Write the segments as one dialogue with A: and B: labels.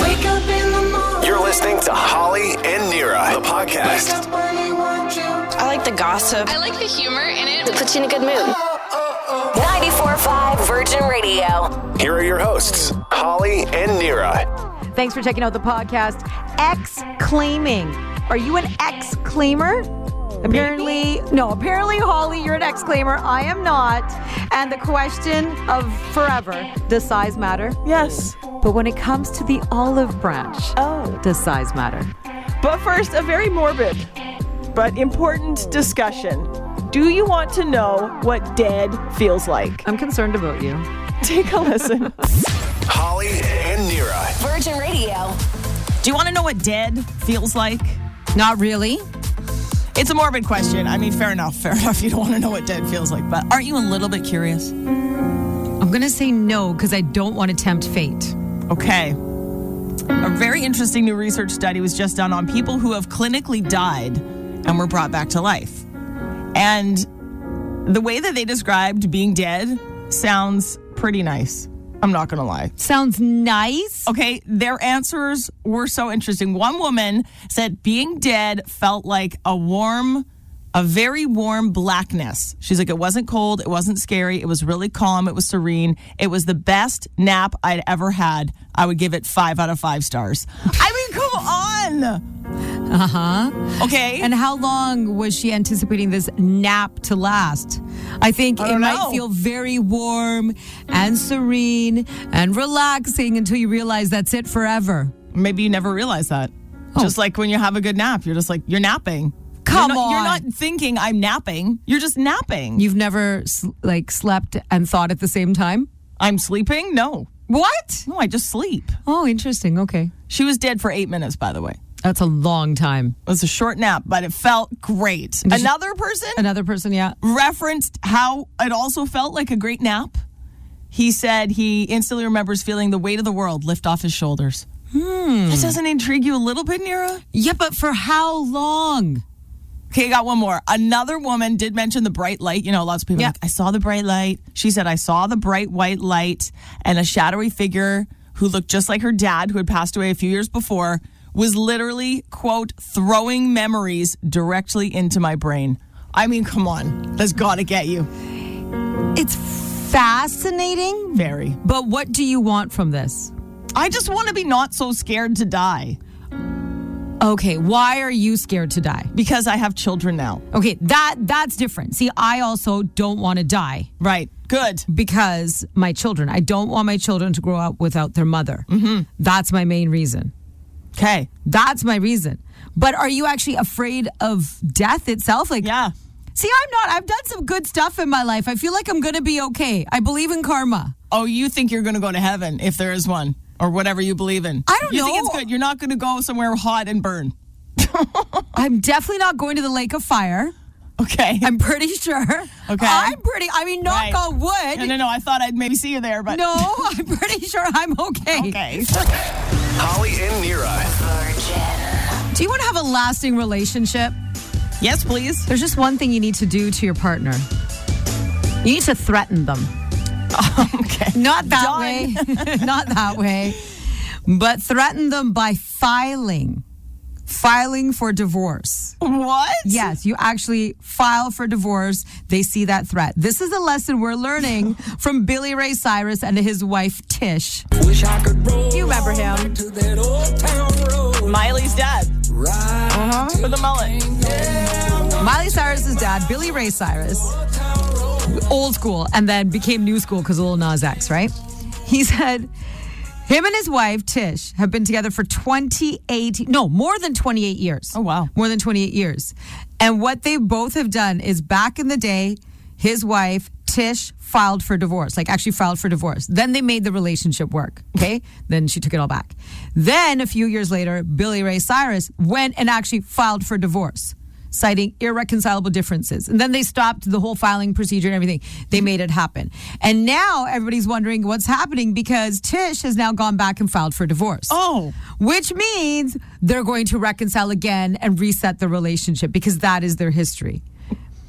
A: Wake up in the morning.
B: You're listening to Holly and Nira, the
A: Wake
B: podcast.
A: up when you want you.
C: I like the gossip.
D: I like the humor in it.
E: puts you in a good mood.
F: 94.5 Virgin Radio.
B: Here are your hosts, Holly and Nira.
G: Thanks for checking out the podcast. Exclaiming. Are you an exclaimer? Apparently, no, apparently, Holly, you're an exclaimer. I am not. And the question of forever does size matter?
C: Yes.
G: But when it comes to the olive branch,
C: Oh.
G: does size matter?
C: But first, a very morbid but important discussion. Do you want to know what dead feels like?
G: I'm concerned about you.
C: Take a listen.
B: Holly and Nira.
F: Virgin Radio.
C: Do you want to know what dead feels like?
H: Not really.
C: It's a morbid question. I mean, fair enough. Fair enough. You don't want to know what dead feels like, but aren't you a little bit curious?
H: I'm going to say no because I don't want to tempt fate.
C: Okay. A very interesting new research study was just done on people who have clinically died and were brought back to life. And the way that they described being dead sounds pretty nice. I'm not going to lie.
H: Sounds nice.
C: Okay, their answers were so interesting. One woman said being dead felt like a warm, a very warm blackness. She's like, it wasn't cold, it wasn't scary, it was really calm, it was serene. It was the best nap I'd ever had. I would give it five out of five stars. I mean, come on. Uh huh. Okay.
H: Uh-huh. And how long was she anticipating this nap to last? I Mm. think
C: I
H: it
C: don't know.
H: might feel very warm and serene and relaxing until you realize that's it forever.
C: maybe you never realize that. Just like when you have a good nap, you're just like, you're napping.
H: Oh. Come
C: you're not, You're
H: on.
C: not thinking I'm napping, you're just napping.
H: You've never s- like slept and thought at the same time?
C: I'm sleeping? No.
H: What?
C: No, I just sleep.
H: Oh, interesting. Okay.
C: She was dead for eight minutes, by the way.
H: That's a long time.
C: It was a short nap, but it felt great. Another person
H: Another person, yeah.
C: referenced how it also felt like a great nap. He said he instantly remembers feeling the weight of the world lift off his shoulders. Hmm. That doesn't intrigue you a little bit, Nira?
H: Yeah, but for how long?
C: Okay, I got one more. Another woman did mention the bright light. You know, lots of people
H: Yeah.
C: are like, I saw the bright light. She said, I saw the bright white light, and a shadowy figure who looked just like her dad, who had passed away a few years before, was literally, quote, throwing memories directly into my brain. I mean, come on. That's got to get you.
H: It's fascinating,
C: Very.
H: But what do you want from this?
C: I just want to be not so scared to die
H: Okay, why are you scared to die?
C: because I have children now.
H: Okay, that that's different. See, I also don't want to die
C: Right. Good.
H: because my children. I don't want my children to grow up without their mother. Mm-hmm. That's my main reason.
C: Okay.
H: That's my reason. But are you actually afraid of death itself? Like,
C: Yeah.
H: See, I'm not. I've done some good stuff in my life. I feel like I'm going to be okay. I believe in karma.
C: oh, you think you're going to go to heaven if there is one, or whatever you believe in.
H: I don't
C: you think
H: know.
C: it's good. You're not going to go somewhere hot and burn.
H: I'm definitely not going to the lake of fire.
C: Okay.
H: I'm pretty sure.
C: Okay.
H: I'm pretty. I mean, knock
C: Right.
H: on wood.
C: no, no, no. I thought I'd maybe see you there, but
H: No, I'm pretty sure I'm okay.
C: Okay.
B: Holly and Nira.
H: Do you want to have a lasting relationship?
C: yes, please.
H: There's just one thing you need to do to your partner. You need to threaten them.
C: Okay.
H: Not that
C: Done.
H: way. Not that way. But threaten them by filing. Filing for divorce.
C: What?
H: Yes, you actually file for divorce. They see that threat. This is a lesson we're learning from Billy Ray Cyrus and his wife Tish.
I: Wish I could roll
H: You remember him.
I: to that old town road.
C: Miley's dad
I: Right.
H: Uh-huh.
C: with a mullet.
H: Miley Cyrus's dad, Billy Ray Cyrus, old school, and then became new school because of Lil Nas X, right? He said, him and his wife Tish have been together for 28, no, more than 28 years.
C: Oh, wow.
H: more than 28 years. And what they both have done is back in the day, his wife Tish filed for divorce, like actually filed for divorce. Then they made the relationship work. Okay, then she took it all back. Then a few years later, Billy Ray Cyrus went and actually filed for divorce citing irreconcilable differences. And then they stopped the whole filing procedure and everything. They made it happen. And now everybody's wondering what's happening because Tish has now gone back and filed for divorce.
C: Oh.
H: Which means they're going to reconcile again and reset the relationship because that is their history.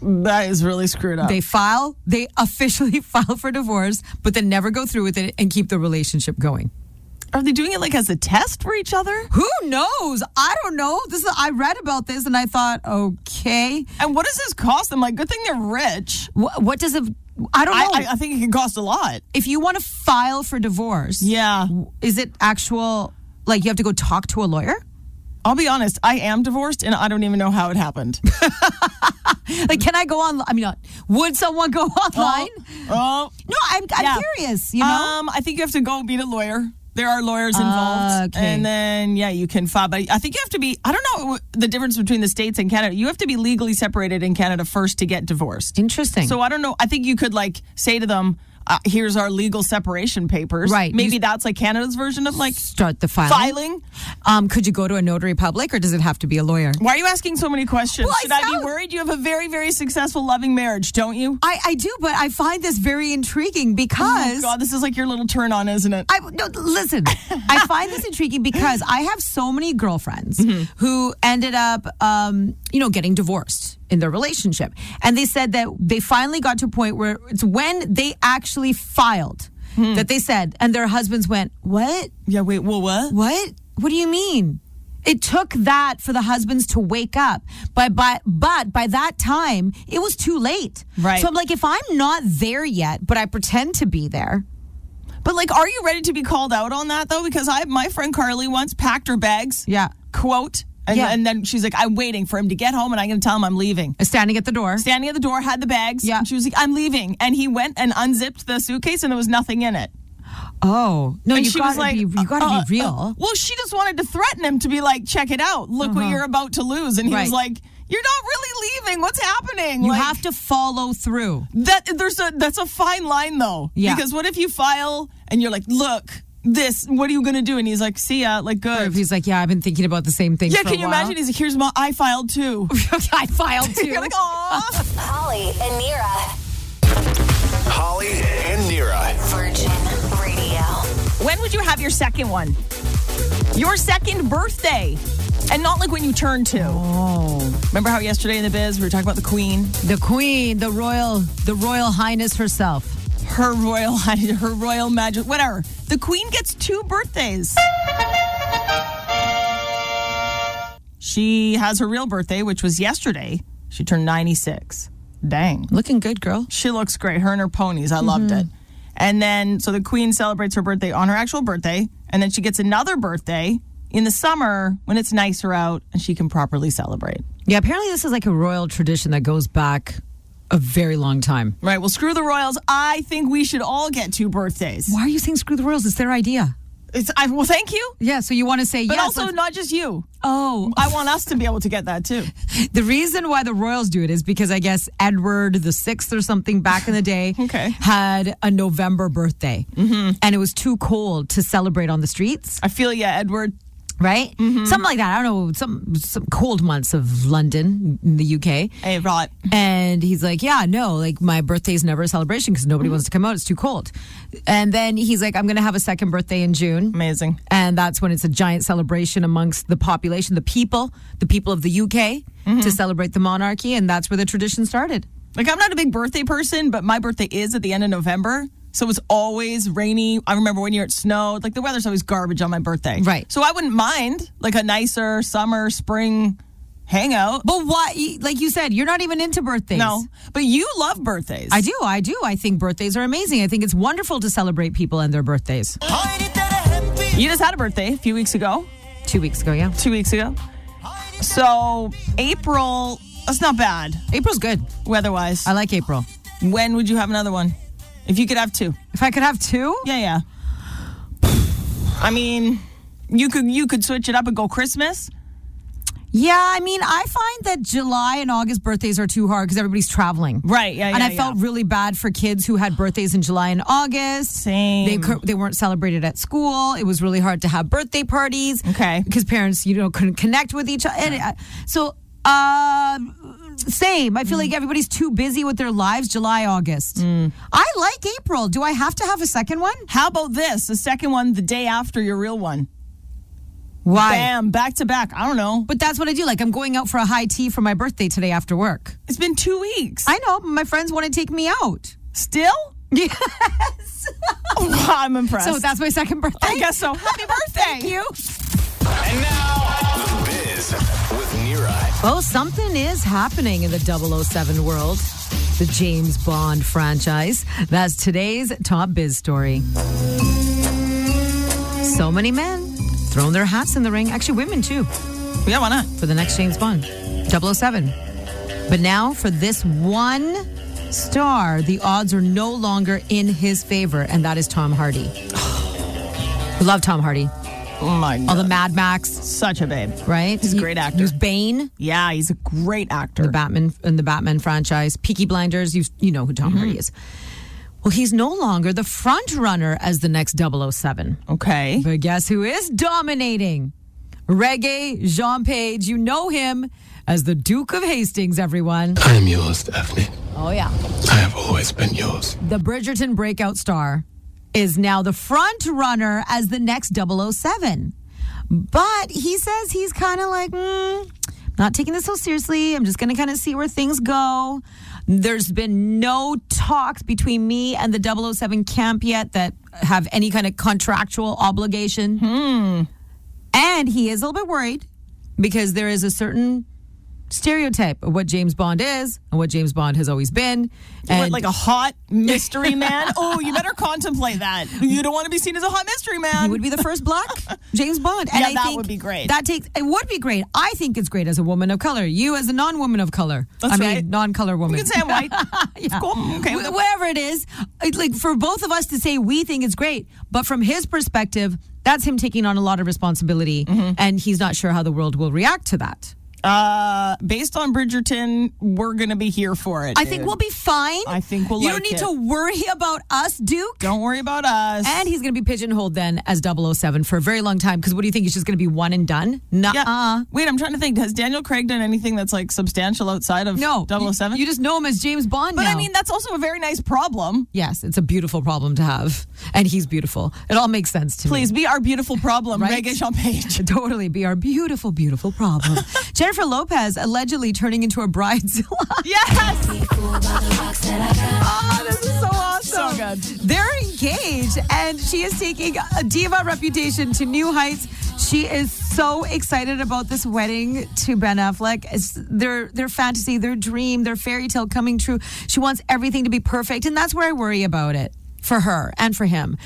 C: That is really screwed up.
H: They file, they officially file for divorce, but then never go through with it and keep the relationship going.
C: Are they doing it like as a test for each other?
H: Who knows? I don't know. This is I read about this and I thought, okay,
C: And what does this cost them? Like, good thing they're rich.
H: what, what does it? I don't
C: I,
H: know.
C: I, I think it can cost a lot.
H: if you want to file for divorce,
C: Yeah.
H: is it actual? Like you have to go talk to a lawyer?
C: I'll be honest. I am divorced, and I don't even know how it happened.
H: Like, can I go on? I mean, not, would someone go online?
C: Oh,
H: No, I'm, I'm
C: Yeah.
H: curious. You know, Ah,
C: Um, I think you have to go meet a lawyer. There are lawyers involved,
H: okay.
C: and then yeah, you can file. But I think you have to be. I don't know the difference between the states and Canada. You have to be legally separated in Canada first to get divorced.
H: interesting.
C: So I don't know. I think you could like say to them, uh, "Here's our legal separation papers."
H: Right.
C: Maybe
H: You-
C: that's like Canada's version of like
H: start the filing.
C: filing.
H: Um, could you go to a notary public, or does it have to be a lawyer?
C: Why are you asking so many questions?
H: Well, I
C: Should I be
H: sound-
C: worried? You have a very, very successful, loving marriage, don't you?
H: I, I do, but I find this very intriguing because.
C: God, this is like your little turn on, isn't it?
H: I no, listen. I find this intriguing because I have so many girlfriends who ended up, um, you know, getting divorced in their relationship, and they said that they finally got to a point where it's when they actually filed that they said, and their husbands went, "What?
C: yeah. Wait. Well, what?
H: What? What do you mean?" It took that for the husbands to wake up, but by but by that time it was too late.
C: Right.
H: So I'm like, if I'm not there yet, but I pretend to be there,
C: But like, are you ready to be called out on that though? Because I, my friend Carly once packed her bags.
H: Yeah.
C: Quote. And,
H: Yeah.
C: and then she's like, I'm waiting for him to get home, and I'm going to tell him I'm leaving.
H: standing at the door.
C: Standing at the door, had the bags.
H: Yeah.
C: And she was like, I'm leaving. And he went and unzipped the suitcase, and there was nothing in it.
H: Oh no!
C: And
H: You
C: she
H: gotta
C: was like,
H: be, you gotta
C: uh,
H: be real. Uh-huh.
C: uh, well, she just wanted to threaten him to be like, check it out. Look what you're about to lose. And he
H: Right.
C: was like, you're not really leaving. What's happening?
H: you
C: Like,
H: have to follow through.
C: That there's a that's a fine line though.
H: Yeah.
C: Because what if you file and you're like, look, this. What are you gonna do? And he's like, see ya. Like,
H: Or if
C: good.
H: he's like, yeah, I've been thinking about the same thing.
C: Yeah.
H: for a
C: Can you
H: while."
C: imagine? He's like, here's my. I filed too.
H: I filed too.
C: you're like, aw.
F: Holly and Nira.
B: Holly and Nira.
F: Virgin Radio.
C: when would you have your second one? Your second birthday, and not like when you turn two. Oh. Remember how yesterday in the biz we were talking about the Queen,
H: the Queen, the royal, the royal highness herself.
C: her royal, her royal magic, whatever. The Queen gets two birthdays. She has her real birthday, which was yesterday. She turned 96. Dang.
H: Looking good, girl. Mm-hmm.
C: She looks great. Her and her ponies. I loved it. And then, so the queen celebrates her birthday on her actual birthday. And then she gets another birthday in the summer when it's nicer out and she can properly celebrate.
H: Yeah, apparently this is like a royal tradition that goes back a very long time.
C: Right. Well, screw the royals. I think we should all get two birthdays.
H: Why are you saying screw the royals? It's their idea.
C: It's, I, well, thank you.
H: Yeah, so you want to say
C: But
H: yes?
C: also,
H: let's-
C: not just you.
H: oh,
C: I want us to be able to get that too.
H: The reason why the royals do it is because I guess Edward the Sixth or something back in the day
C: Okay.
H: had a November birthday, and it was too cold to celebrate on the streets,
C: I feel yeah, Edward.
H: right? Something like that. I don't know some some cold months of London in the UK,
C: Hey, right.
H: and he's like, "Yeah, no, like my birthday is never a celebration because nobody wants to come out. It's too cold." And then he's like, "I'm gonna have a second birthday in June."
C: Amazing.
H: and that's when it's a giant celebration amongst the population, the people, the people of the UK,
C: Mm-hmm.
H: to celebrate the monarchy, and that's where the tradition started.
C: Like I'm not a big birthday person, but my birthday is at the end of November. So it's always rainy. I remember one year it snowed. Like the weather's always garbage on my birthday.
H: Right.
C: So I wouldn't mind like a nicer summer, spring hangout.
H: But what, like you said, you're not even into birthdays.
C: No. But you love birthdays.
H: I do, I do. I think birthdays are amazing. I think it's wonderful to celebrate people and their birthdays.
C: You just had a birthday a few weeks ago.
H: Two weeks ago, yeah.
C: Two weeks ago. So April that's not bad
H: April's good.
C: weather wise.
H: I like April.
C: When would you have another one? If you could have two.
H: If I could have two,
C: Yeah, yeah. I mean, you could you could switch it up and go Christmas.
H: yeah. I mean, I find that July and August birthdays are too hard because everybody's traveling.
C: Right, yeah,
H: and
C: yeah,
H: I felt
C: yeah.
H: really bad for kids who had birthdays in July and August.
C: Same.
H: They cou- they weren't celebrated at school. It was really hard to have birthday parties.
C: Okay.
H: Because parents, you know, couldn't connect with each other. And, uh, so, um, same. I feel
C: Mm.
H: like everybody's too busy with their lives. July, August. I like April. Do I have to have a second one?
C: How about this? The second one the day after your real one.
H: Why?
C: Bam, back to back. I don't know.
H: But that's what I do. Like I'm going out for a high tea for my birthday today after work.
C: It's been two weeks.
H: I know my friends want to take me out.
C: Still? I'm impressed.
H: So that's my second birthday.
C: I guess so. Happy birthday.
H: Thank you.
B: And now, The Biz with Nira.
H: Well, something is happening in the 007 world. The James Bond franchise. That's today's top biz story. So many men thrown their hats in the ring. Actually, women too,
C: Yeah, why not?
H: for the next James Bond, 007. But now for this one star, the odds are no longer in his favor, and that is Tom Hardy. We love Tom Hardy.
C: Oh my
H: All the
C: god.
H: Mad Max,
C: Such a babe.
H: right?
C: He's a great actor.
H: He was Bane.
C: Yeah, he's a great actor.
H: the Batman and the Batman franchise, Peaky Blinders. You you know who Tom Hardy is. Well, he's no longer the front runner as the next 007.
C: Okay.
H: But guess who is dominating? Reggae Jean Page. You know him as the Duke of Hastings, everyone.
D: I am yours, Daphne.
H: Oh, yeah.
D: I have always been yours.
H: The Bridgerton breakout star is now the front runner as the next 007. But he says he's kind of like, mm, not taking this so seriously. I'm just going to kind of see where things go. There's been no talks between me and the 007 camp yet that have any kind of contractual obligation.
C: Hmm.
H: And he is a little bit worried because there is a certain stereotype of what James Bond is and what James Bond has always been.
C: What,
H: And
C: like a hot mystery man? oh, you better contemplate that. You don't want to be seen as a hot mystery man.
H: He would be the first black James Bond.
C: Um, Yeah, that would be great.
H: That takes it would be great. I think it's great as a woman of color. You as a non-woman of color.
C: That's
H: I mean,
C: right.
H: non-color woman.
C: you can say I'm white. It's Cool. Okay.
H: Wh- whatever it is, it- like for both of us to say we think it's great, but from his perspective, that's him taking on a lot of responsibility,
C: Mm-hmm.
H: and he's not sure how the world will react to that.
C: Uh, based on Bridgerton, we're gonna be here for it.
H: I think
C: dude.
H: we'll be fine.
C: I think we'll
H: You
C: like
H: don't need
C: it.
H: to worry about us, Duke.
C: Don't worry about us.
H: And he's going to be pigeonholed then as 007 for a very long time. Because what do you think? He's just going to be one and done? Nuh
C: yeah.
H: uh-huh.
C: Wait, I'm trying to think. Has Daniel Craig done anything that's like substantial outside of
H: No.
C: 007?
H: You, you just know him as James Bond
C: but I
H: now.
C: mean, that's also a very nice problem.
H: yes, it's a beautiful problem to have. And he's beautiful. It all makes sense to me.
C: Please be our beautiful problem,
H: Right?
C: Reggae Jean Page.
H: Totally be our beautiful, beautiful problem. Jennifer Lopez allegedly turning into a bridezilla.
C: Yes.
H: oh, this is so awesome.
C: So good.
H: They're engaged, and she is taking a diva reputation to new heights. She is so excited about this wedding to Ben Affleck. It's their their fantasy, their dream, their fairy tale coming true. She wants everything to be perfect, and that's where I worry about it for her and for him.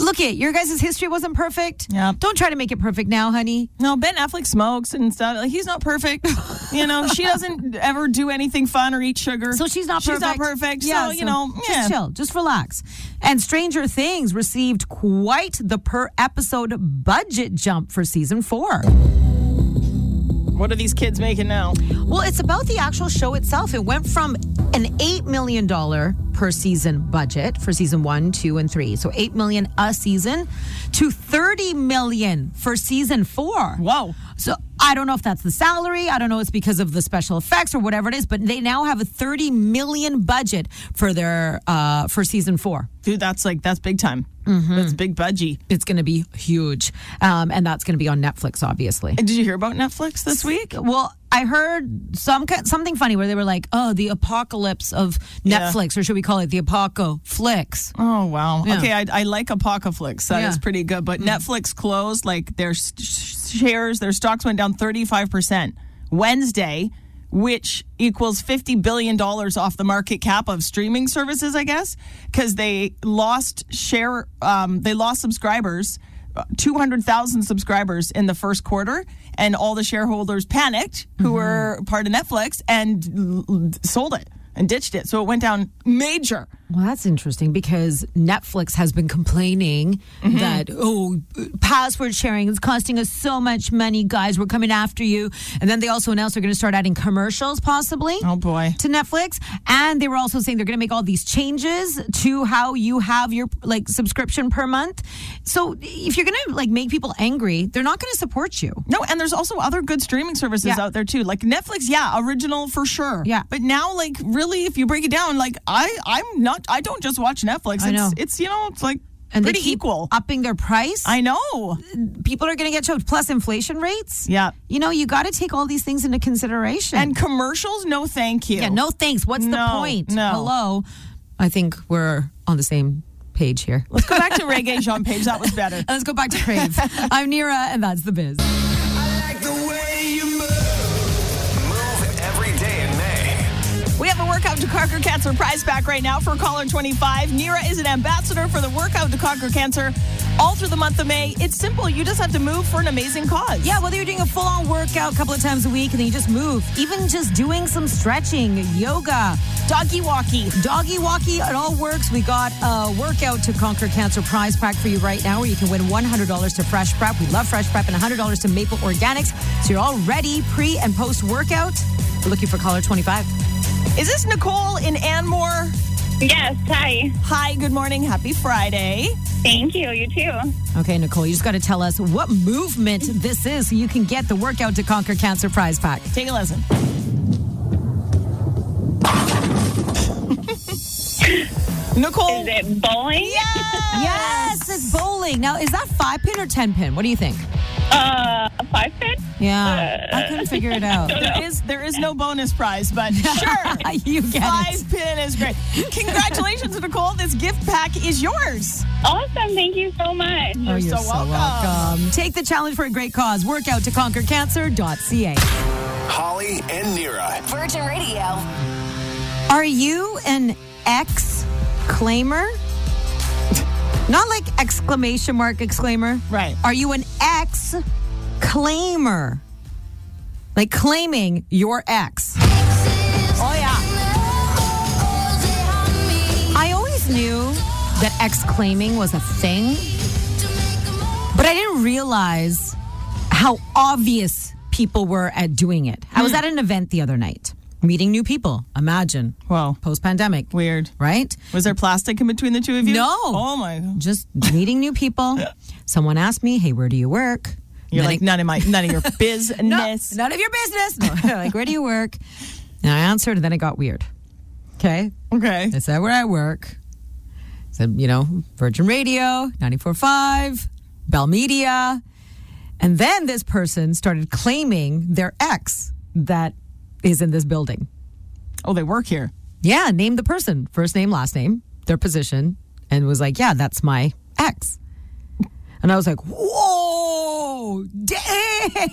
H: Look at your guys' history wasn't perfect.
C: Yep.
H: Don't try to make it perfect now, honey.
C: No, Ben Affleck smokes and stuff. Like he's not perfect. you know, she doesn't ever do anything fun or eat sugar.
H: So she's not perfect.
C: She's not perfect. so, you know,
H: just
C: yeah.
H: chill, just relax. And Stranger Things received quite the per episode budget jump for season four.
C: What are these kids making now?
H: Well, it's about the actual show itself. It went from an eight million dollar per season budget for season one, two, and three. So eight million a season to thirty million for season four.
C: Whoa.
H: So I don't know if that's the salary. I don't know it's because of the special effects or whatever it is, but they now have a 30 million budget for their uh for season 4.
C: Dude, that's like, that's big time. That's big budgie.
H: It's going to be huge. Um and that's going to be on Netflix obviously.
C: Did you hear about Netflix this week?
H: Well, I heard some ki- something funny where they were like, "Oh, the apocalypse of
C: Yeah.
H: Netflix," or should we call it the apoco flicks?
C: Oh wow!
H: Yeah.
C: Okay, I, I like Apocaflix. That is
H: Yeah. Mm.
C: pretty good. But Netflix closed. Like their s- sh- shares, their stocks went down thirty five percent Wednesday, which equals fifty billion dollars off the market cap of streaming services. I guess because they lost share, um, they lost subscribers. uh, 200,000 subscribers in the first quarter, and all the shareholders panicked
H: Mm-hmm.
C: who were part of Netflix and l- l- sold it and ditched it. So it went down major.
H: Well, that's interesting because Netflix has been complaining
C: Mm-hmm.
H: that, oh, password sharing is costing us so much money, guys. We're coming after you. And then they also announced they're going to start adding commercials, possibly.
C: Oh, boy.
H: To Netflix. And they were also saying they're going to make all these changes to how you have your like subscription per month. So if you're going to like make people angry, they're not going to support you.
C: No, and there's also other good streaming services
H: Yeah.
C: out there too. Like Netflix, yeah, original for sure.
H: Yeah.
C: But now like really if you break it down, like I I'm not I don't just watch Netflix.
H: I
C: it's
H: know.
C: it's you know, it's like
H: And
C: pretty
H: they keep
C: equal.
H: upping their price.
C: I know.
H: people are going to get choked. Plus inflation rates.
C: Yeah.
H: You know, you got to take all these things into consideration.
C: And commercials, no thank you.
H: Yeah, no thanks. What's the
C: No,
H: point?
C: no.
H: Hello. I think we're on the same page here.
C: Let's go back to reggae, Jean Page. That was better.
H: Let's go back to Crave. I'm Nira, and that's the biz.
I: like the way you move.
B: Move every day in May.
C: We have a Workout to Conquer Cancer prize pack right now for caller 25. Nira is an ambassador for the Workout to Conquer Cancer all through the month of May. It's simple. You just have to move for an amazing cause.
H: Yeah, whether you're doing a full on workout a couple of times a week and then you just move, even just doing some stretching, yoga,
C: Doggy walkie.
H: doggy walkie, it all works. We got a workout to conquer cancer prize pack for you right now where you can win $100 to Fresh Prep. We love Fresh Prep and $100 to Maple Organics. So you're all ready pre and post workout. We're looking for caller 25.
C: Is this Nicole in Anmore?
E: Yes, hi.
C: Hi, good morning. Happy Friday.
E: Thank you. You too.
H: Okay, Nicole, you just got to tell us what movement this is so you can get the workout to conquer cancer prize pack.
C: Take a listen. Nicole.
E: Is it bowling?
C: Yes!
H: Yes, it's bowling. Now, is that five pin or ten pin? What do you think?
E: Uh, a five pin?
H: Yeah, I couldn't figure it out.
C: There is there is no bonus prize, but sure.
H: you get it.
C: Five pin is great. Congratulations, Nicole. This gift pack is yours.
E: Awesome. Thank you so much.
H: Oh,
C: you're so welcome.
H: Take the challenge for a great cause. Workout to conquer cancer.ca.
B: Holly and Nira.
F: Virgin Radio.
H: Are you an ex claimer? Not like exclamation mark exclaimer.
C: Right.
H: Are you an ex claimer? Like claiming your ex.
C: Oh yeah.
H: I always knew that ex claiming was a thing, but I didn't realize how obvious people were at doing it. I was at an event the other night, meeting new people. Imagine.
C: Wow.
H: Post pandemic.
C: Weird.
H: Right?
C: Was there plastic in between the two of you?
H: No.
C: Oh my god.
H: Just meeting new people. Someone asked me, hey, where do you work?
C: You're
H: Then
C: like
H: I-
C: none of my none of your
H: no,
C: business.
H: none of your business. No, like, where do you work? And I answered, and then it got weird. Okay.
C: Okay.
H: I said where I work. said, you know, Virgin Radio, 94.5, Bell Media. And then this person started claiming their ex that is in this building.
C: Oh, they work here.
H: Yeah, named the person, first name, last name, their position, and was like, yeah, that's my ex. And I was like, whoa,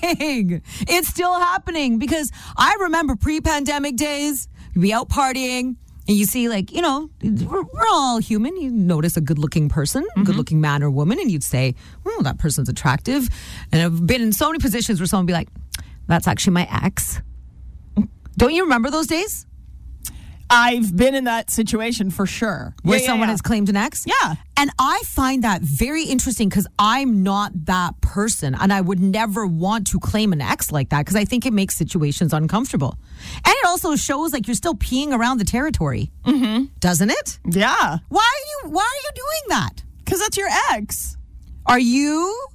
H: dang, it's still happening because I remember pre pandemic days, you'd be out partying. And you see, like, you know, we're, we're all human. You notice a good looking person, good looking man or woman, and you'd say, well, that person's attractive. And I've been in so many positions where someone would be like, that's actually my ex. Don't you remember those days?
C: I've been in that situation for sure.
H: where
C: Yeah, yeah,
H: someone
C: yeah.
H: has claimed an ex.
C: Yeah.
H: And I find that very interesting because I'm not that person and I would never want to claim an ex like that because I think it makes situations uncomfortable. And it also shows like you're still peeing around the territory. Mm-hmm. Doesn't it?
C: Yeah.
H: Why are you why are you doing that?
C: Because that's your ex.
H: Are you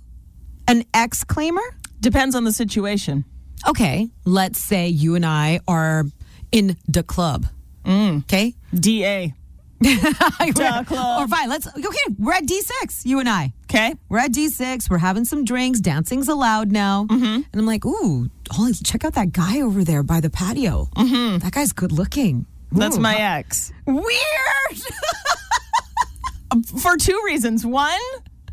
H: an ex claimer?
C: Depends on the situation.
H: Okay. Let's say you and I are in the club. Okay.
C: DA.
H: Da
C: club.
H: Or fine, let's okay, we're at D six, you and I.
C: Okay.
H: We're at D6. We're having some drinks. Dancing's allowed now.
C: Mm-hmm.
H: And I'm like, ooh, Holly, check out that guy over there by the patio. Mm-hmm. That guy's good looking.
C: That's
H: Ooh,
C: my ex.
H: weird.
C: For two reasons. One,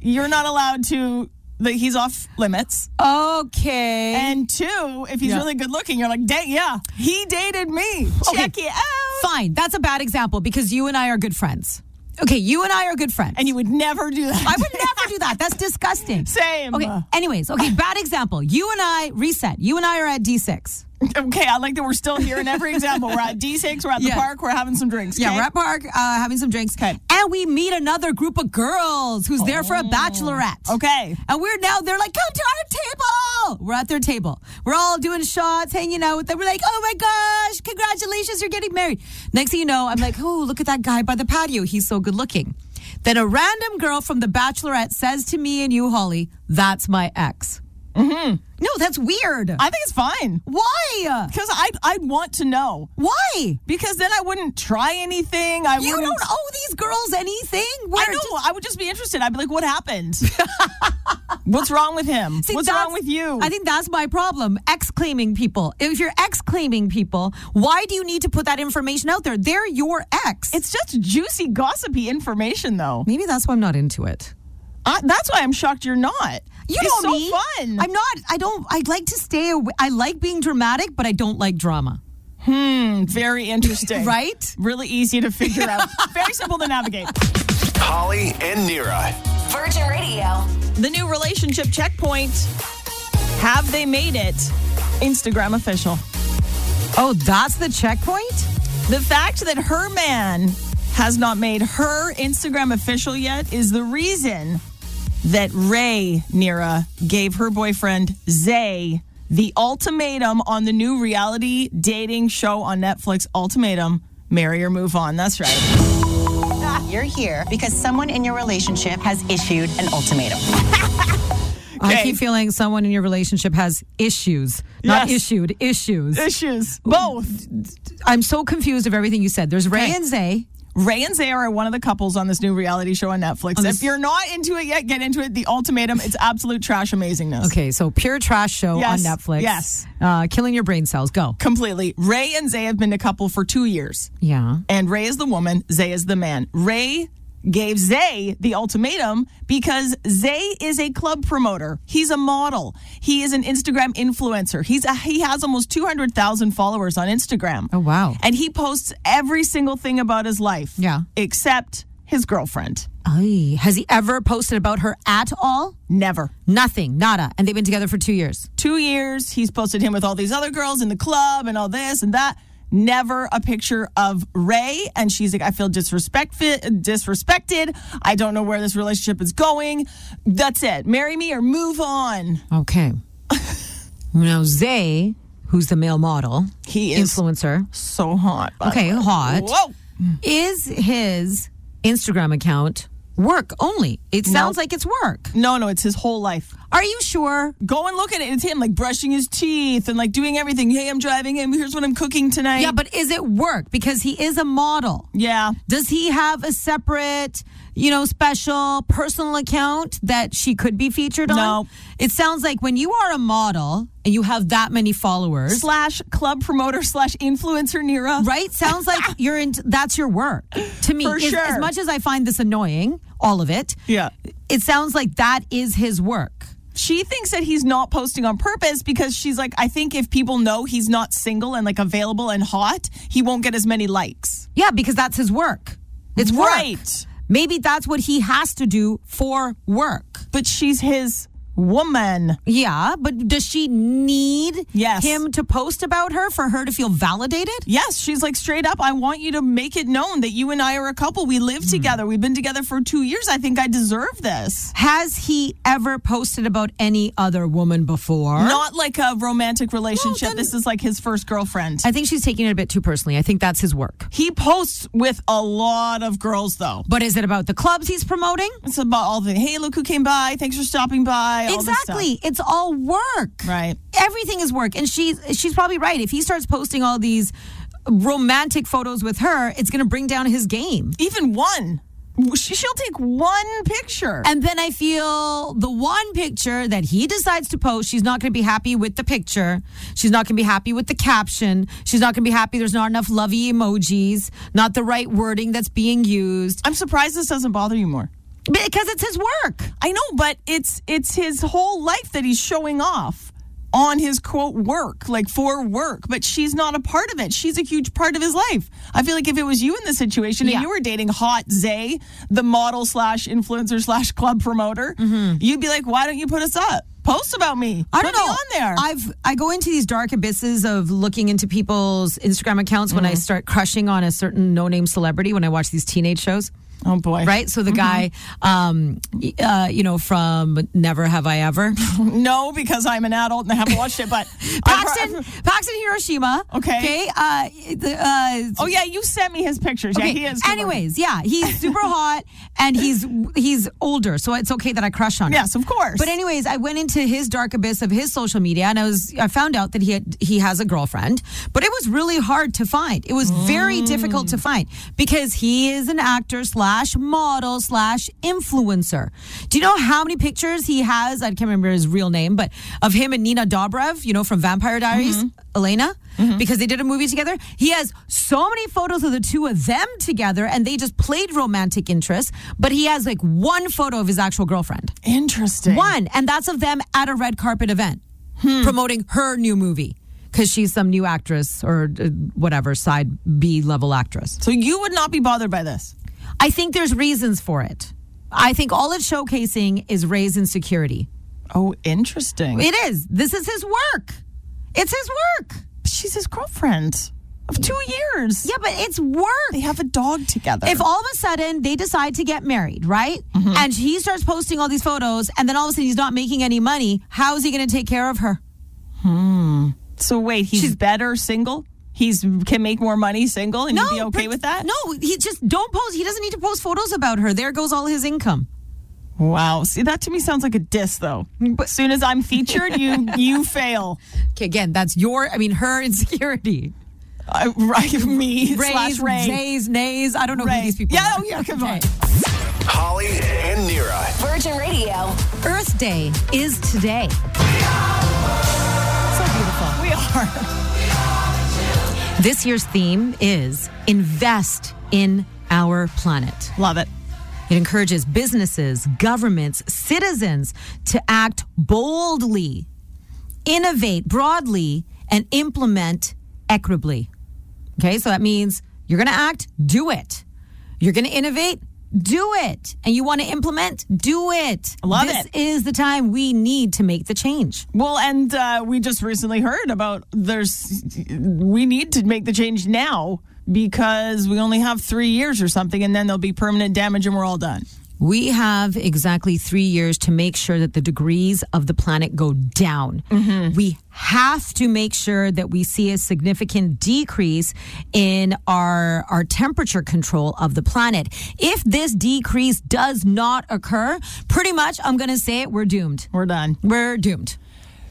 C: you're not allowed to that he's off limits.
H: okay.
C: And two, if he's
H: Yeah.
C: really good looking, you're like, dang, yeah, he dated me.
H: Okay.
C: Check it out.
H: Fine. That's a bad example because you and I are good friends. Okay, you and I are good friends.
C: And you would never do that.
H: I would never do that. That's disgusting.
C: Same.
H: Okay. Anyways, okay, bad example. You and I reset. You and I are at D6.
C: Okay, I like that we're still here in every example. We're at D6, we're at the
H: Yeah.
C: park, we're having some drinks.
H: Yeah,
C: okay?
H: we're at park uh, having some drinks.
C: 'Kay.
H: And we meet another group of girls who's there for a bachelorette.
C: Oh. Okay.
H: And we're now, they're like, come to our table. We're at their table. We're all doing shots, hanging out with them. We're like, oh my gosh, congratulations, you're getting married. Next thing you know, I'm like, oh, look at that guy by the patio. He's so good looking. Then a random girl from The Bachelorette says to me and you, Holly, that's my ex. No, that's weird.
C: Mm-hmm. I think it's fine
H: Why?
C: because I I'd want to know
H: Why?
C: because then I wouldn't try anything. I
H: You
C: wouldn't.
H: don't owe these girls anything.
C: I
H: We're
C: know.
H: just-
C: I would just be interested. I'd be like, what happened? What's wrong with him?
H: See,
C: What's
H: that's-
C: wrong with you?
H: I think that's my problem. Ex claiming people. If you're ex claiming people, why do you need to put that information out there? They're your ex.
C: it's just juicy, gossipy information, though.
H: maybe that's why I'm not into it.
C: I, that's why I'm shocked you're not.
H: You
C: He's
H: know
C: so
H: me.
C: fun.
H: I'm not. I don't. I like to stay. Away. I like being dramatic, but I don't like drama.
C: Very interesting.
H: Right?
C: Really easy to figure out. Very simple to navigate.
B: Holly and Nira.
F: Virgin Radio.
C: The new relationship checkpoint. Have they made it? Instagram official.
H: Oh, that's the checkpoint.
C: The fact that her man has not made her Instagram official yet is the reason that Ray Nira gave her boyfriend Zay the ultimatum on the new reality dating show on Netflix, Ultimatum. Marry or move on. That's right.
J: You're here because someone in your relationship has issued an ultimatum.
H: I
C: Okay.
H: keep feeling someone in your relationship has issues, not
C: Yes.
H: issued issues.
C: Issues. Both.
H: I'm so confused of everything you said. There's Ray
C: Okay.
H: and Zay.
C: Ray and Zay are one of the couples on this new reality show on Netflix.
H: this-
C: If you're not into it yet, get into it. The ultimatum. It's absolute trash amazingness.
H: Okay, so pure trash show
C: Yes,
H: on Netflix.
C: yes.
H: uh, killing your brain cells. Go.
C: Completely. Ray and Zay have been a couple for two years.
H: Yeah.
C: and Ray is the woman, Zay is the man. Ray gave Zay the ultimatum because Zay is a club promoter. He's a model. He is an Instagram influencer. He's a, he has almost 200,000 followers on Instagram.
H: Oh, wow.
C: And he posts every single thing about his life.
H: Yeah.
C: Except his girlfriend.
H: Ay, has he ever posted about her at all?
C: Never.
H: Nothing. Nada. And they've been together for two years.
C: 2 years he's posted him with all these other girls in the club and all this and that. Never a picture of Ray, and she's like, I feel disrespect- disrespected. I don't know where this relationship is going. That's it. Marry me or move on.
H: Okay. now Zay, who's the male model,
C: He is
H: influencer.
C: so hot.
H: Okay, hot.
C: Whoa.
H: Is his Instagram account work only? It sounds like it's work.
C: No, no, it's his whole life.
H: Are you sure?
C: Go and look at it. It's him like brushing his teeth and like doing everything. Hey, I'm driving him. Here's what I'm cooking tonight.
H: Yeah, but is it work? Because he is a model.
C: yeah.
H: Does he have a separate, you know, special personal account that she could be featured on?
C: No.
H: It sounds like when you are a model and you have that many followers,
C: Slash club promoter slash influencer Nira.
H: right? Sounds like you're in that's your work. To me,
C: For
H: as,
C: sure.
H: as much as I find this annoying, all of it,
C: Yeah.
H: it sounds like that is his work.
C: she thinks that he's not posting on purpose because she's like, I think if people know he's not single and like available and hot, he won't get as many likes.
H: Yeah, because that's his work. It's work.
C: Right.
H: Maybe that's what he has to do for work.
C: But she's his woman.
H: Yeah, but does she need
C: Yes.
H: him to post about her for her to feel validated?
C: Yes, she's like, straight up, I want you to make it known that you and I are a couple. We
H: Hmm.
C: live together. We've been together for two years. I think I deserve this.
H: Has he ever posted about any other woman before?
C: Not like a romantic relationship.
H: then-
C: this is like his first girlfriend.
H: I think she's taking it a bit too personally. I think that's his work.
C: he posts with a lot of girls, though.
H: But is it about the clubs he's promoting?
C: It's about all the, hey, look who came by. Thanks for stopping by. all this stuff.
H: Exactly. It's all work.
C: Right.
H: Everything is work. And she's she's probably right. If he starts posting all these romantic photos with her, it's gonna bring down his game.
C: even one. She- She'll take one picture.
H: And then I feel the one picture that he decides to post, she's not going to be happy with the picture. She's not going to be happy with the caption. She's not going to be happy there's not enough lovey emojis, not the right wording that's being used
C: I'm surprised this doesn't bother you more.
H: because it's his work.
C: I know, but it's it's his whole life that he's showing off on his quote work, like for work, but she's not a part of it. She's a huge part of his life. I feel like if it was you in this situation
H: Yeah.
C: and you were dating hot Zay, the model slash influencer slash club promoter, you'd be like, why don't you put us up? Post about me.
H: Mm-hmm. I don't
C: Put me
H: know.
C: on there.
H: I've I go into these dark abysses of looking into
C: Mm-hmm.
H: people's Instagram accounts when I start crushing on a certain no-name celebrity when I watch these teenage shows.
C: Oh, boy.
H: Right? So the guy, um, y- uh, you know, from Never Have I Ever.
C: No, because I'm an adult and I haven't watched it, but
H: Paxton, Paxton Hiroshima.
C: Okay.
H: Okay. Uh, the, uh,
C: Oh yeah, you sent me his pictures. Oh, Yeah, he is. good looking.
H: Anyways, yeah, he's super hot and he's he's older, so it's okay that I crush on him.
C: Yes, of course.
H: But anyways, I went into his dark abyss of his social media and I was I found out that he had he has a girlfriend, but it was really hard to find. It was very difficult to find because he is an actor slash model slash influencer. Do you know how many pictures he has? I can't remember his real name, but of him and Nina Dobrev, you know, from Vampire Diaries, Elena, because they did a movie together. He has so many photos of the two of them together and they just played romantic interests, but he has like one photo of his actual girlfriend.
C: interesting.
H: One, and that's of them at a red carpet event Hmm. promoting her new movie because she's some new actress or uh, whatever side B level actress.
C: So you would not be bothered by this.
H: I think there's reasons for it. I think all it's showcasing is Ray's insecurity.
C: Oh, interesting.
H: It is. This is his work. It's his work.
C: She's his girlfriend of two years.
H: Yeah, but it's work.
C: They have a dog together.
H: if all of a sudden they decide to get married, right? And he starts posting all these photos, and then all of a sudden he's not making any money, how is he going to take care of her?
C: so wait, he's better single. He's can make more money single, and you'd be okay
H: but-
C: with that.
H: No, he just don't post. He doesn't need to post photos about her. There goes all his income.
C: Wow. See, that to me sounds like a diss, though. As soon as I'm featured, you you fail.
H: Okay, again, that's your. I mean, her insecurity.
C: I, Uh, right, me
H: Rays,
C: slash Ray.
H: nays, nays. I don't know
C: Ray.
H: who these people.
C: Yeah,
H: are.
C: oh, yeah, come on.
B: Holly and Nira.
F: Virgin Radio.
H: Earth Day is today. So beautiful.
C: We are.
H: This year's theme is invest in our planet.
C: Love it.
H: It encourages businesses, governments, citizens to act boldly, innovate broadly, and implement equitably. Okay, so that means you're going to act, do it. You're going to innovate, do it. And you want to implement, do it.
C: Love
H: this
C: it.
H: is the time we need to make the change.
C: Well, and uh, we just recently heard about there's we need to make the change now because we only have three years or something, and then there'll be permanent damage, and we're all done.
H: We have exactly three years to make sure that the degrees of the planet go down. We have to make sure that we see a significant decrease in our, our temperature control of the planet. If this decrease does not occur, pretty much, I'm going to say it, we're doomed.
C: We're done.
H: We're doomed.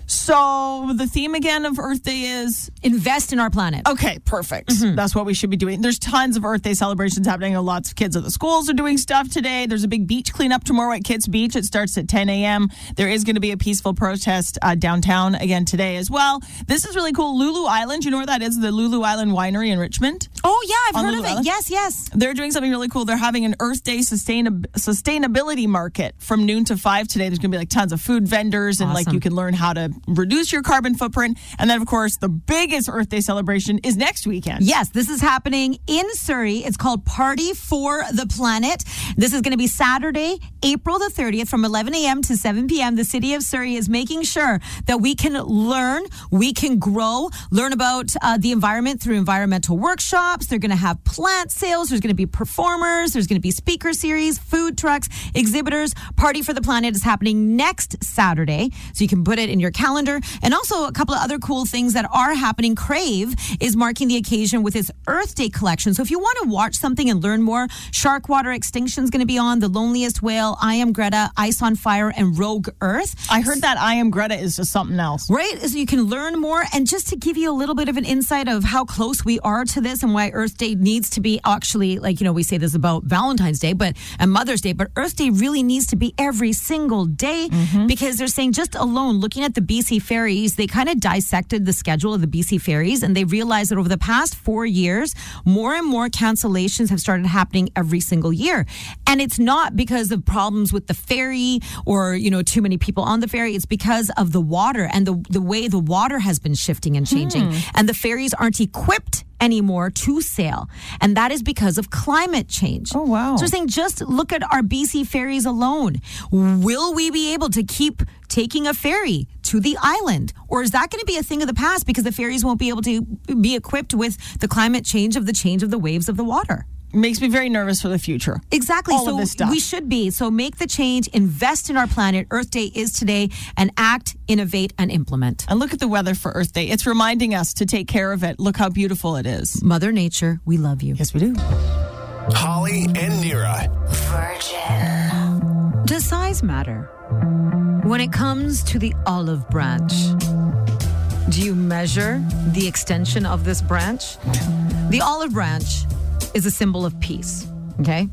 C: So the theme again of Earth Day is
H: Invest in our planet.
C: okay, perfect. That's what we should be doing. There's tons of Earth Day celebrations happening. Lots of kids at the schools are doing stuff today. There's a big beach cleanup tomorrow at Kids Beach. It starts at 10 a.m. There is going to be a peaceful protest uh, downtown again today as well. This is really cool. Lulu Island. You know where that is? The Lulu Island Winery in Richmond.
H: Oh, yeah, I've
C: On
H: heard
C: Lulu
H: of it.
C: Island?
H: Yes, yes.
C: They're doing something really cool. They're having an Earth Day sustain- sustainability market from noon to five today. There's going to be like tons of food vendors and like
H: Awesome.
C: you can learn how to reduce your carbon footprint. And then, of course, the biggest Earth Day celebration is next weekend.
H: Yes, this is happening in Surrey. It's called Party for the Planet. This is going to be Saturday, April the 30th from 11 a.m. to 7 p.m. The city of Surrey is making sure that we can learn, we can grow, learn about uh, the environment through environmental workshops. They're going to have plant sales, there's going to be performers, there's going to be speaker series, food trucks, exhibitors. Party for the Planet is happening next Saturday. So you can put it in your calendar. And also a couple of other cool things that are happening. Crave is marking the occasion with its Earth Day collection. So if you want to watch something and learn more, Shark Water Extinction is going to be on, The Loneliest Whale, I Am Greta, Ice on Fire, and Rogue Earth.
C: I heard that I Am Greta is just something else.
H: Right, so you can learn more, and just to give you a little bit of an insight of how close we are to this, and why Earth Day needs to be actually like you know we say this about Valentine's Day, but and Mother's Day, but Earth Day really needs to be every single day because they're saying just alone looking at the BC ferries, they kind of dissected the schedule of the BC ferries, and they realized that over the past four years, more and more cancellations have started happening every single year, and it's not because of problems with the ferry or you know too many people on the ferry. It's because of the water and the the way the water has been shifting and changing, and the ferries aren't equipped anymore to sail, and that is because of climate change. Oh
C: wow.
H: So we're saying just look at our BC ferries alone. Will we be able to keep taking a ferry? To the island, or is that going to be a thing of the past because the ferries won't be able to be equipped with the climate change of the change of the waves of the water?
C: makes me very nervous for the future.
H: Exactly.
C: All
H: so
C: of this stuff.
H: we should be. So make the change, invest in our planet. Earth Day is today, and act, innovate, and implement.
C: And look at the weather for Earth Day. It's reminding us to take care of it. Look how beautiful it is.
H: Mother Nature, we love you.
C: Yes, we do.
B: Holly and Nira.
F: Virgin.
H: Does size matter? When it comes to the olive branch, do you measure the extension of this branch? The olive branch is a symbol of peace, okay?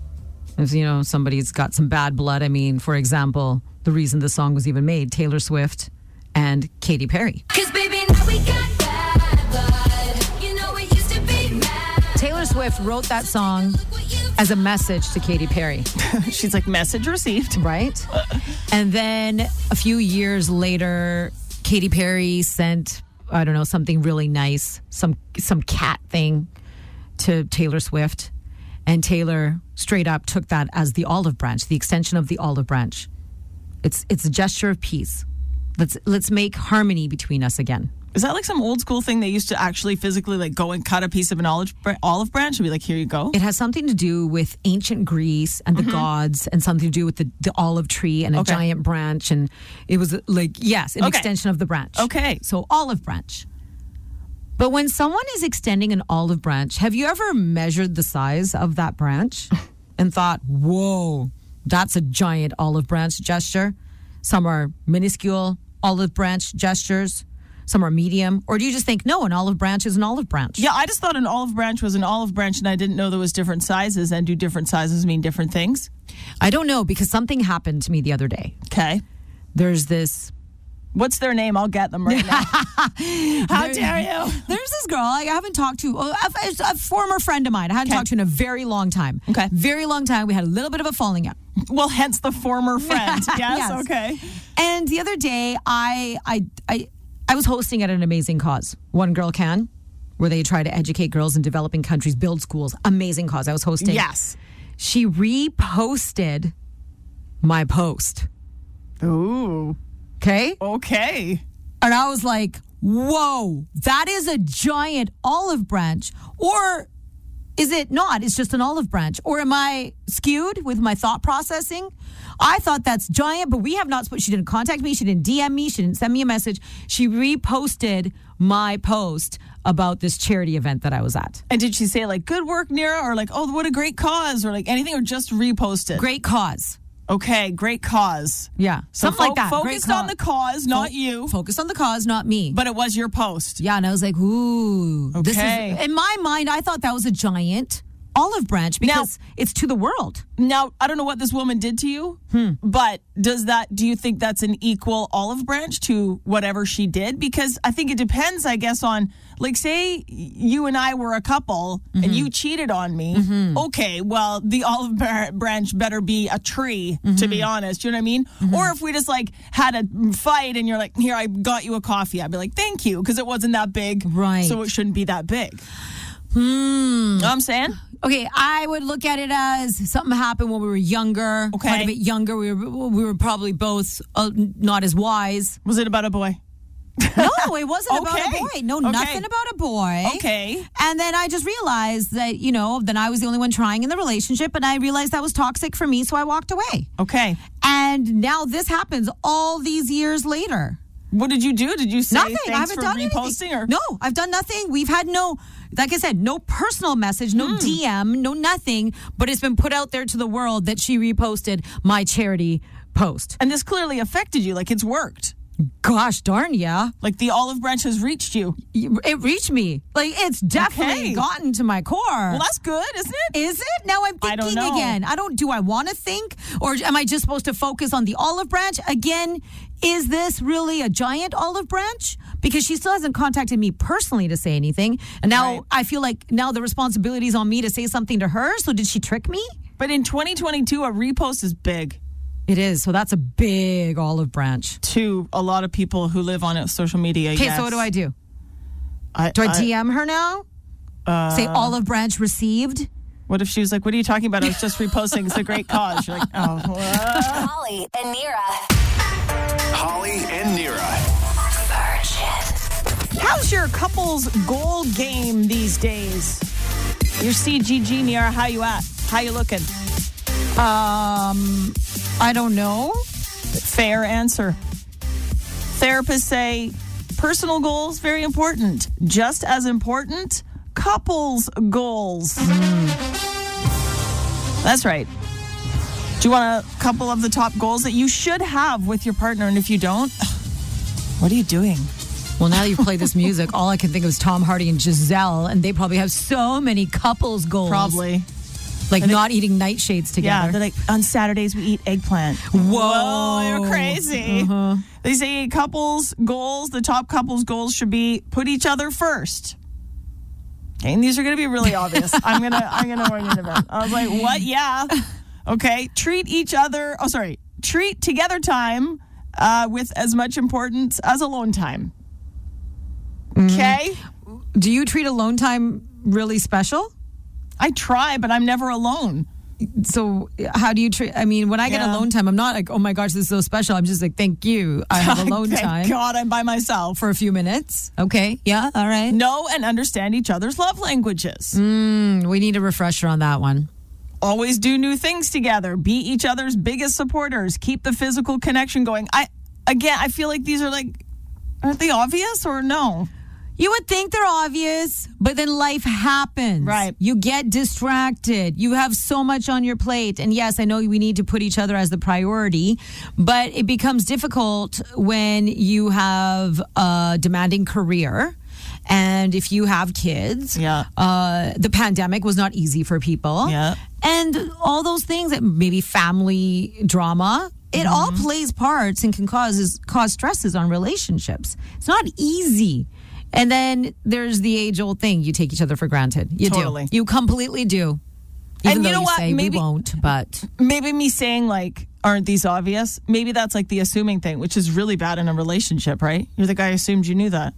H: If you know somebody's got some bad blood, I mean, for example, the reason the song was even made, Taylor Swift and Katy Perry.
K: Cause baby, now we got bad blood. You know, it used to be mad.
H: Taylor Swift wrote that song as a message to Katy Perry.
C: She's like, message received.
H: right? and then a few years later, Katy Perry sent I don't know something really nice, some some cat thing to Taylor Swift, and Taylor straight up took that as the olive branch, the extension of the olive branch. It's it's a gesture of peace. Let's let's make harmony between us again.
C: Is that like some old school thing they used to actually physically like go and cut a piece of an olive, br- olive branch and be like, here you go?
H: It has something to do with ancient Greece and the gods, and something to do with the, the olive tree and a
C: Mm-hmm. Okay.
H: giant branch. And it was like, yes, an
C: Okay.
H: extension of the branch.
C: Okay.
H: So, olive branch. But when someone is extending an olive branch, have you ever measured the size of that branch and thought, whoa, that's a giant olive branch gesture? Some are minuscule olive branch gestures, some are medium. Or do you just think, no, an olive branch is an olive branch?
C: yeah, I just thought an olive branch was an olive branch and I didn't know there was different sizes and do different sizes mean different things?
H: I don't know because something happened to me the other day.
C: Okay.
H: There's this.
C: What's their name? I'll get them right now. How dare you?
H: There's this girl like, I haven't talked to, uh, a, a- a former friend of mine. I hadn't
C: Okay.
H: talked to in a very long time.
C: Okay.
H: Very long time. We had a little bit of a falling out.
C: Well, hence the former friend. Yes,
H: Yes.
C: okay.
H: And the other day, I, I, I, I was hosting at an amazing cause. One girl can, where they try to educate girls in developing countries, build schools. Amazing cause. I was hosting.
C: Yes.
H: She reposted my post.
C: Ooh.
H: Okay.
C: Okay.
H: And I was like, whoa, that is a giant olive branch. Or is it not? It's just an olive branch. Or am I skewed with my thought processing? I thought that's giant, but we have not spoken. She didn't contact me. She didn't DM me. She didn't send me a message. She reposted my post about this charity event that I was at.
C: And did she say like good work, Nira, or like, oh what a great cause, or like anything, or just repost it?
H: Great cause.
C: Okay, great cause.
H: Yeah.
C: So
H: Something like
C: fo-
H: that. Great
C: Focused on the cause, not
H: Fo-
C: you.
H: Focus on the cause, not me.
C: but it was your post.
H: Yeah, and I was like, ooh. This
C: Okay.
H: is in my mind, I thought that was a giant olive branch because it's to the world.
C: Now, I don't know what this woman did to you, but does that do you think that's an equal olive branch to whatever she did? Because I think it depends, I guess, on like say you and I were a couple and you cheated on me. Okay, well, the olive bar- branch better be a tree, to be honest. You know what I mean? Or if we just like had a fight and you're like, "Here, I got you a coffee." I'd be like, "Thank you," because it wasn't that big.
H: Right.
C: So it shouldn't be that big. Hmm. Know what I'm saying?
H: Okay, I would look at it as something happened when we were younger.
C: Okay.
H: Quite a bit younger. We were, we were probably both uh, not as wise.
C: Was it about a boy?
H: No, it wasn't about
C: Okay.
H: a boy. No,
C: Okay.
H: nothing about a boy.
C: Okay.
H: And then I just realized that, you know, then I was the only one trying in the relationship, and I realized that was toxic for me, so I walked away.
C: Okay.
H: And now this happens all these years later.
C: What did you do? Did you say
H: nothing.
C: thanks
H: I haven't
C: for
H: done
C: reposting
H: anything.
C: or
H: No, I've done nothing. We've had no, like I said, no personal message,
C: Hmm.
H: no DM, no nothing. But it's been put out there to the world that she reposted my charity post.
C: And this clearly affected you. Like it's worked.
H: Gosh darn, yeah,
C: Like the olive branch has reached you.
H: it reached me. Like it's definitely
C: Okay.
H: gotten to my core.
C: Well, that's good, isn't it?
H: Is it? Now I'm
C: I
H: thinking
C: don't know.
H: again. I don't. Do I want to think, or am I just supposed to focus on the olive branch again? Is this really a giant olive branch? Because she still hasn't contacted me personally to say anything, and now
C: Right.
H: I feel like now the responsibility is on me to say something to her. So did she trick me?
C: But in 2022, a repost is big
H: It is. So that's a big olive branch.
C: to a lot of people who live on social media.
H: Okay, so what do I do?
C: I, Uh,
H: Do I DM her now? say olive branch received.
C: What if she was like, "What are you talking about? I was just reposting. It's a great cause." You're like, "Oh, what?"
F: Holly and Nira.
B: Holly and Nira.
F: Virgin.
C: how's your couple's goal game these days? Your CGG, Nira, how you at? How you looking?
H: Um, I don't know.
C: Fair answer. Therapists say personal goals very important, just as important couples goals. That's right. Do you want a couple of the top goals that you should have with your partner and if you don't, what are you doing?
H: Well, now you play this music, all I can think of is Tom Hardy and Giselle, and they probably have so many couples goals.
C: Probably.
H: Like not eating nightshades together.
C: Yeah, they're like on Saturdays we eat eggplant.
H: Whoa. Uh-huh.
C: you're crazy. They say couples goals. The top couples goals should be put each other first. Okay, and these are going to be really obvious. I'm gonna I'm gonna warn you in advance. I was like, what? Yeah. Okay. Treat each other. Oh, sorry. Treat together time uh, with as much importance as alone time.
H: Mm-hmm.
C: Okay.
H: Do you treat alone time really special?
C: I try, but I'm never alone.
H: So how do you treat? I mean, when I get
C: Yeah.
H: alone time, I'm not like, oh my gosh, this is so special. I'm just like, thank you. I have alone
C: Thank
H: time
C: God, I'm by myself.
H: for a few minutes. Okay. Yeah. All right.
C: know and understand each other's love languages.
H: We need a refresher on that one.
C: Always do new things together. Be each other's biggest supporters. Keep the physical connection going. I again, I feel like these are like aren't they obvious or no?
H: You would think they're obvious, but then life happens.
C: Right.
H: You get distracted. You have so much on your plate. And yes, I know we need to put each other as the priority, but it becomes difficult when you have a demanding career. And if you have kids,
C: Yeah.
H: uh, the pandemic was not easy for people.
C: Yeah.
H: And all those things, that maybe family drama, it all
C: Mm-hmm.
H: plays parts and can cause cause stresses on relationships. It's not easy. And then there's the age old thing: you take each other for granted. You
C: Totally.
H: do. You completely do. Even
C: And you
H: though
C: know what?
H: Say
C: Maybe-
H: we won't, but
C: Maybe me saying like aren't these obvious? Maybe that's like the assuming thing, which is really bad in a relationship, right? You're the guy who assumed you knew that.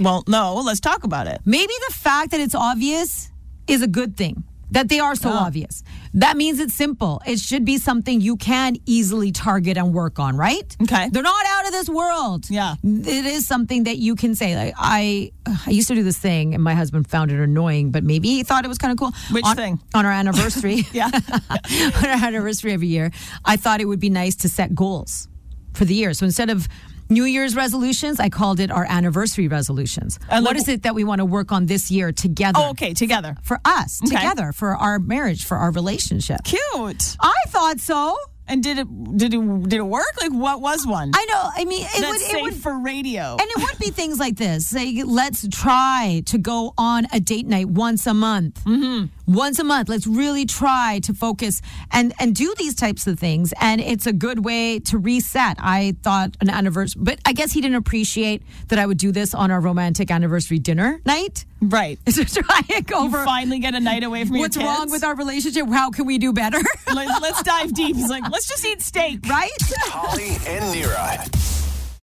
C: Well, no, let's talk about it.
H: maybe the fact that it's obvious is a good thing. That they are so obvious. That means it's simple. It should be something you can easily target and work on, right?
C: Okay.
H: They're not out of this world.
C: Yeah.
H: It is something that you can say. Like I I used to do this thing and my husband found it annoying, but maybe he thought it was kind of cool.
C: Which
H: On-
C: thing?
H: On our anniversary.
C: Yeah.
H: on our anniversary every year, I thought it would be nice to set goals for the year. So instead of New Year's resolutions, I called it our anniversary resolutions.
C: And
H: what
C: like-
H: is it that we want to work on this year together?
C: Oh, okay, together.
H: For us,
C: Okay.
H: together, for our marriage, for our relationship.
C: Cute.
H: I thought so.
C: And did it did it did it work? Like what was one?
H: I know. I mean, it
C: that's
H: would.
C: safe
H: It would
C: for radio.
H: and it would be things like this. Say, let's try to go on a date night once a month. Mm-hmm. Once a month. Let's really try to focus and and do these types of things. And it's a good way to reset. I thought an anniversary, but I guess he didn't appreciate that I would do this on our romantic anniversary dinner night.
C: right.
H: To try and go
C: You
H: over
C: finally get a night away from your
H: what's
C: kids.
H: wrong with our relationship. How can we do better?
C: Let, us dive deep. He's like, let's just eat steak.
H: right?
B: Holly and Nira.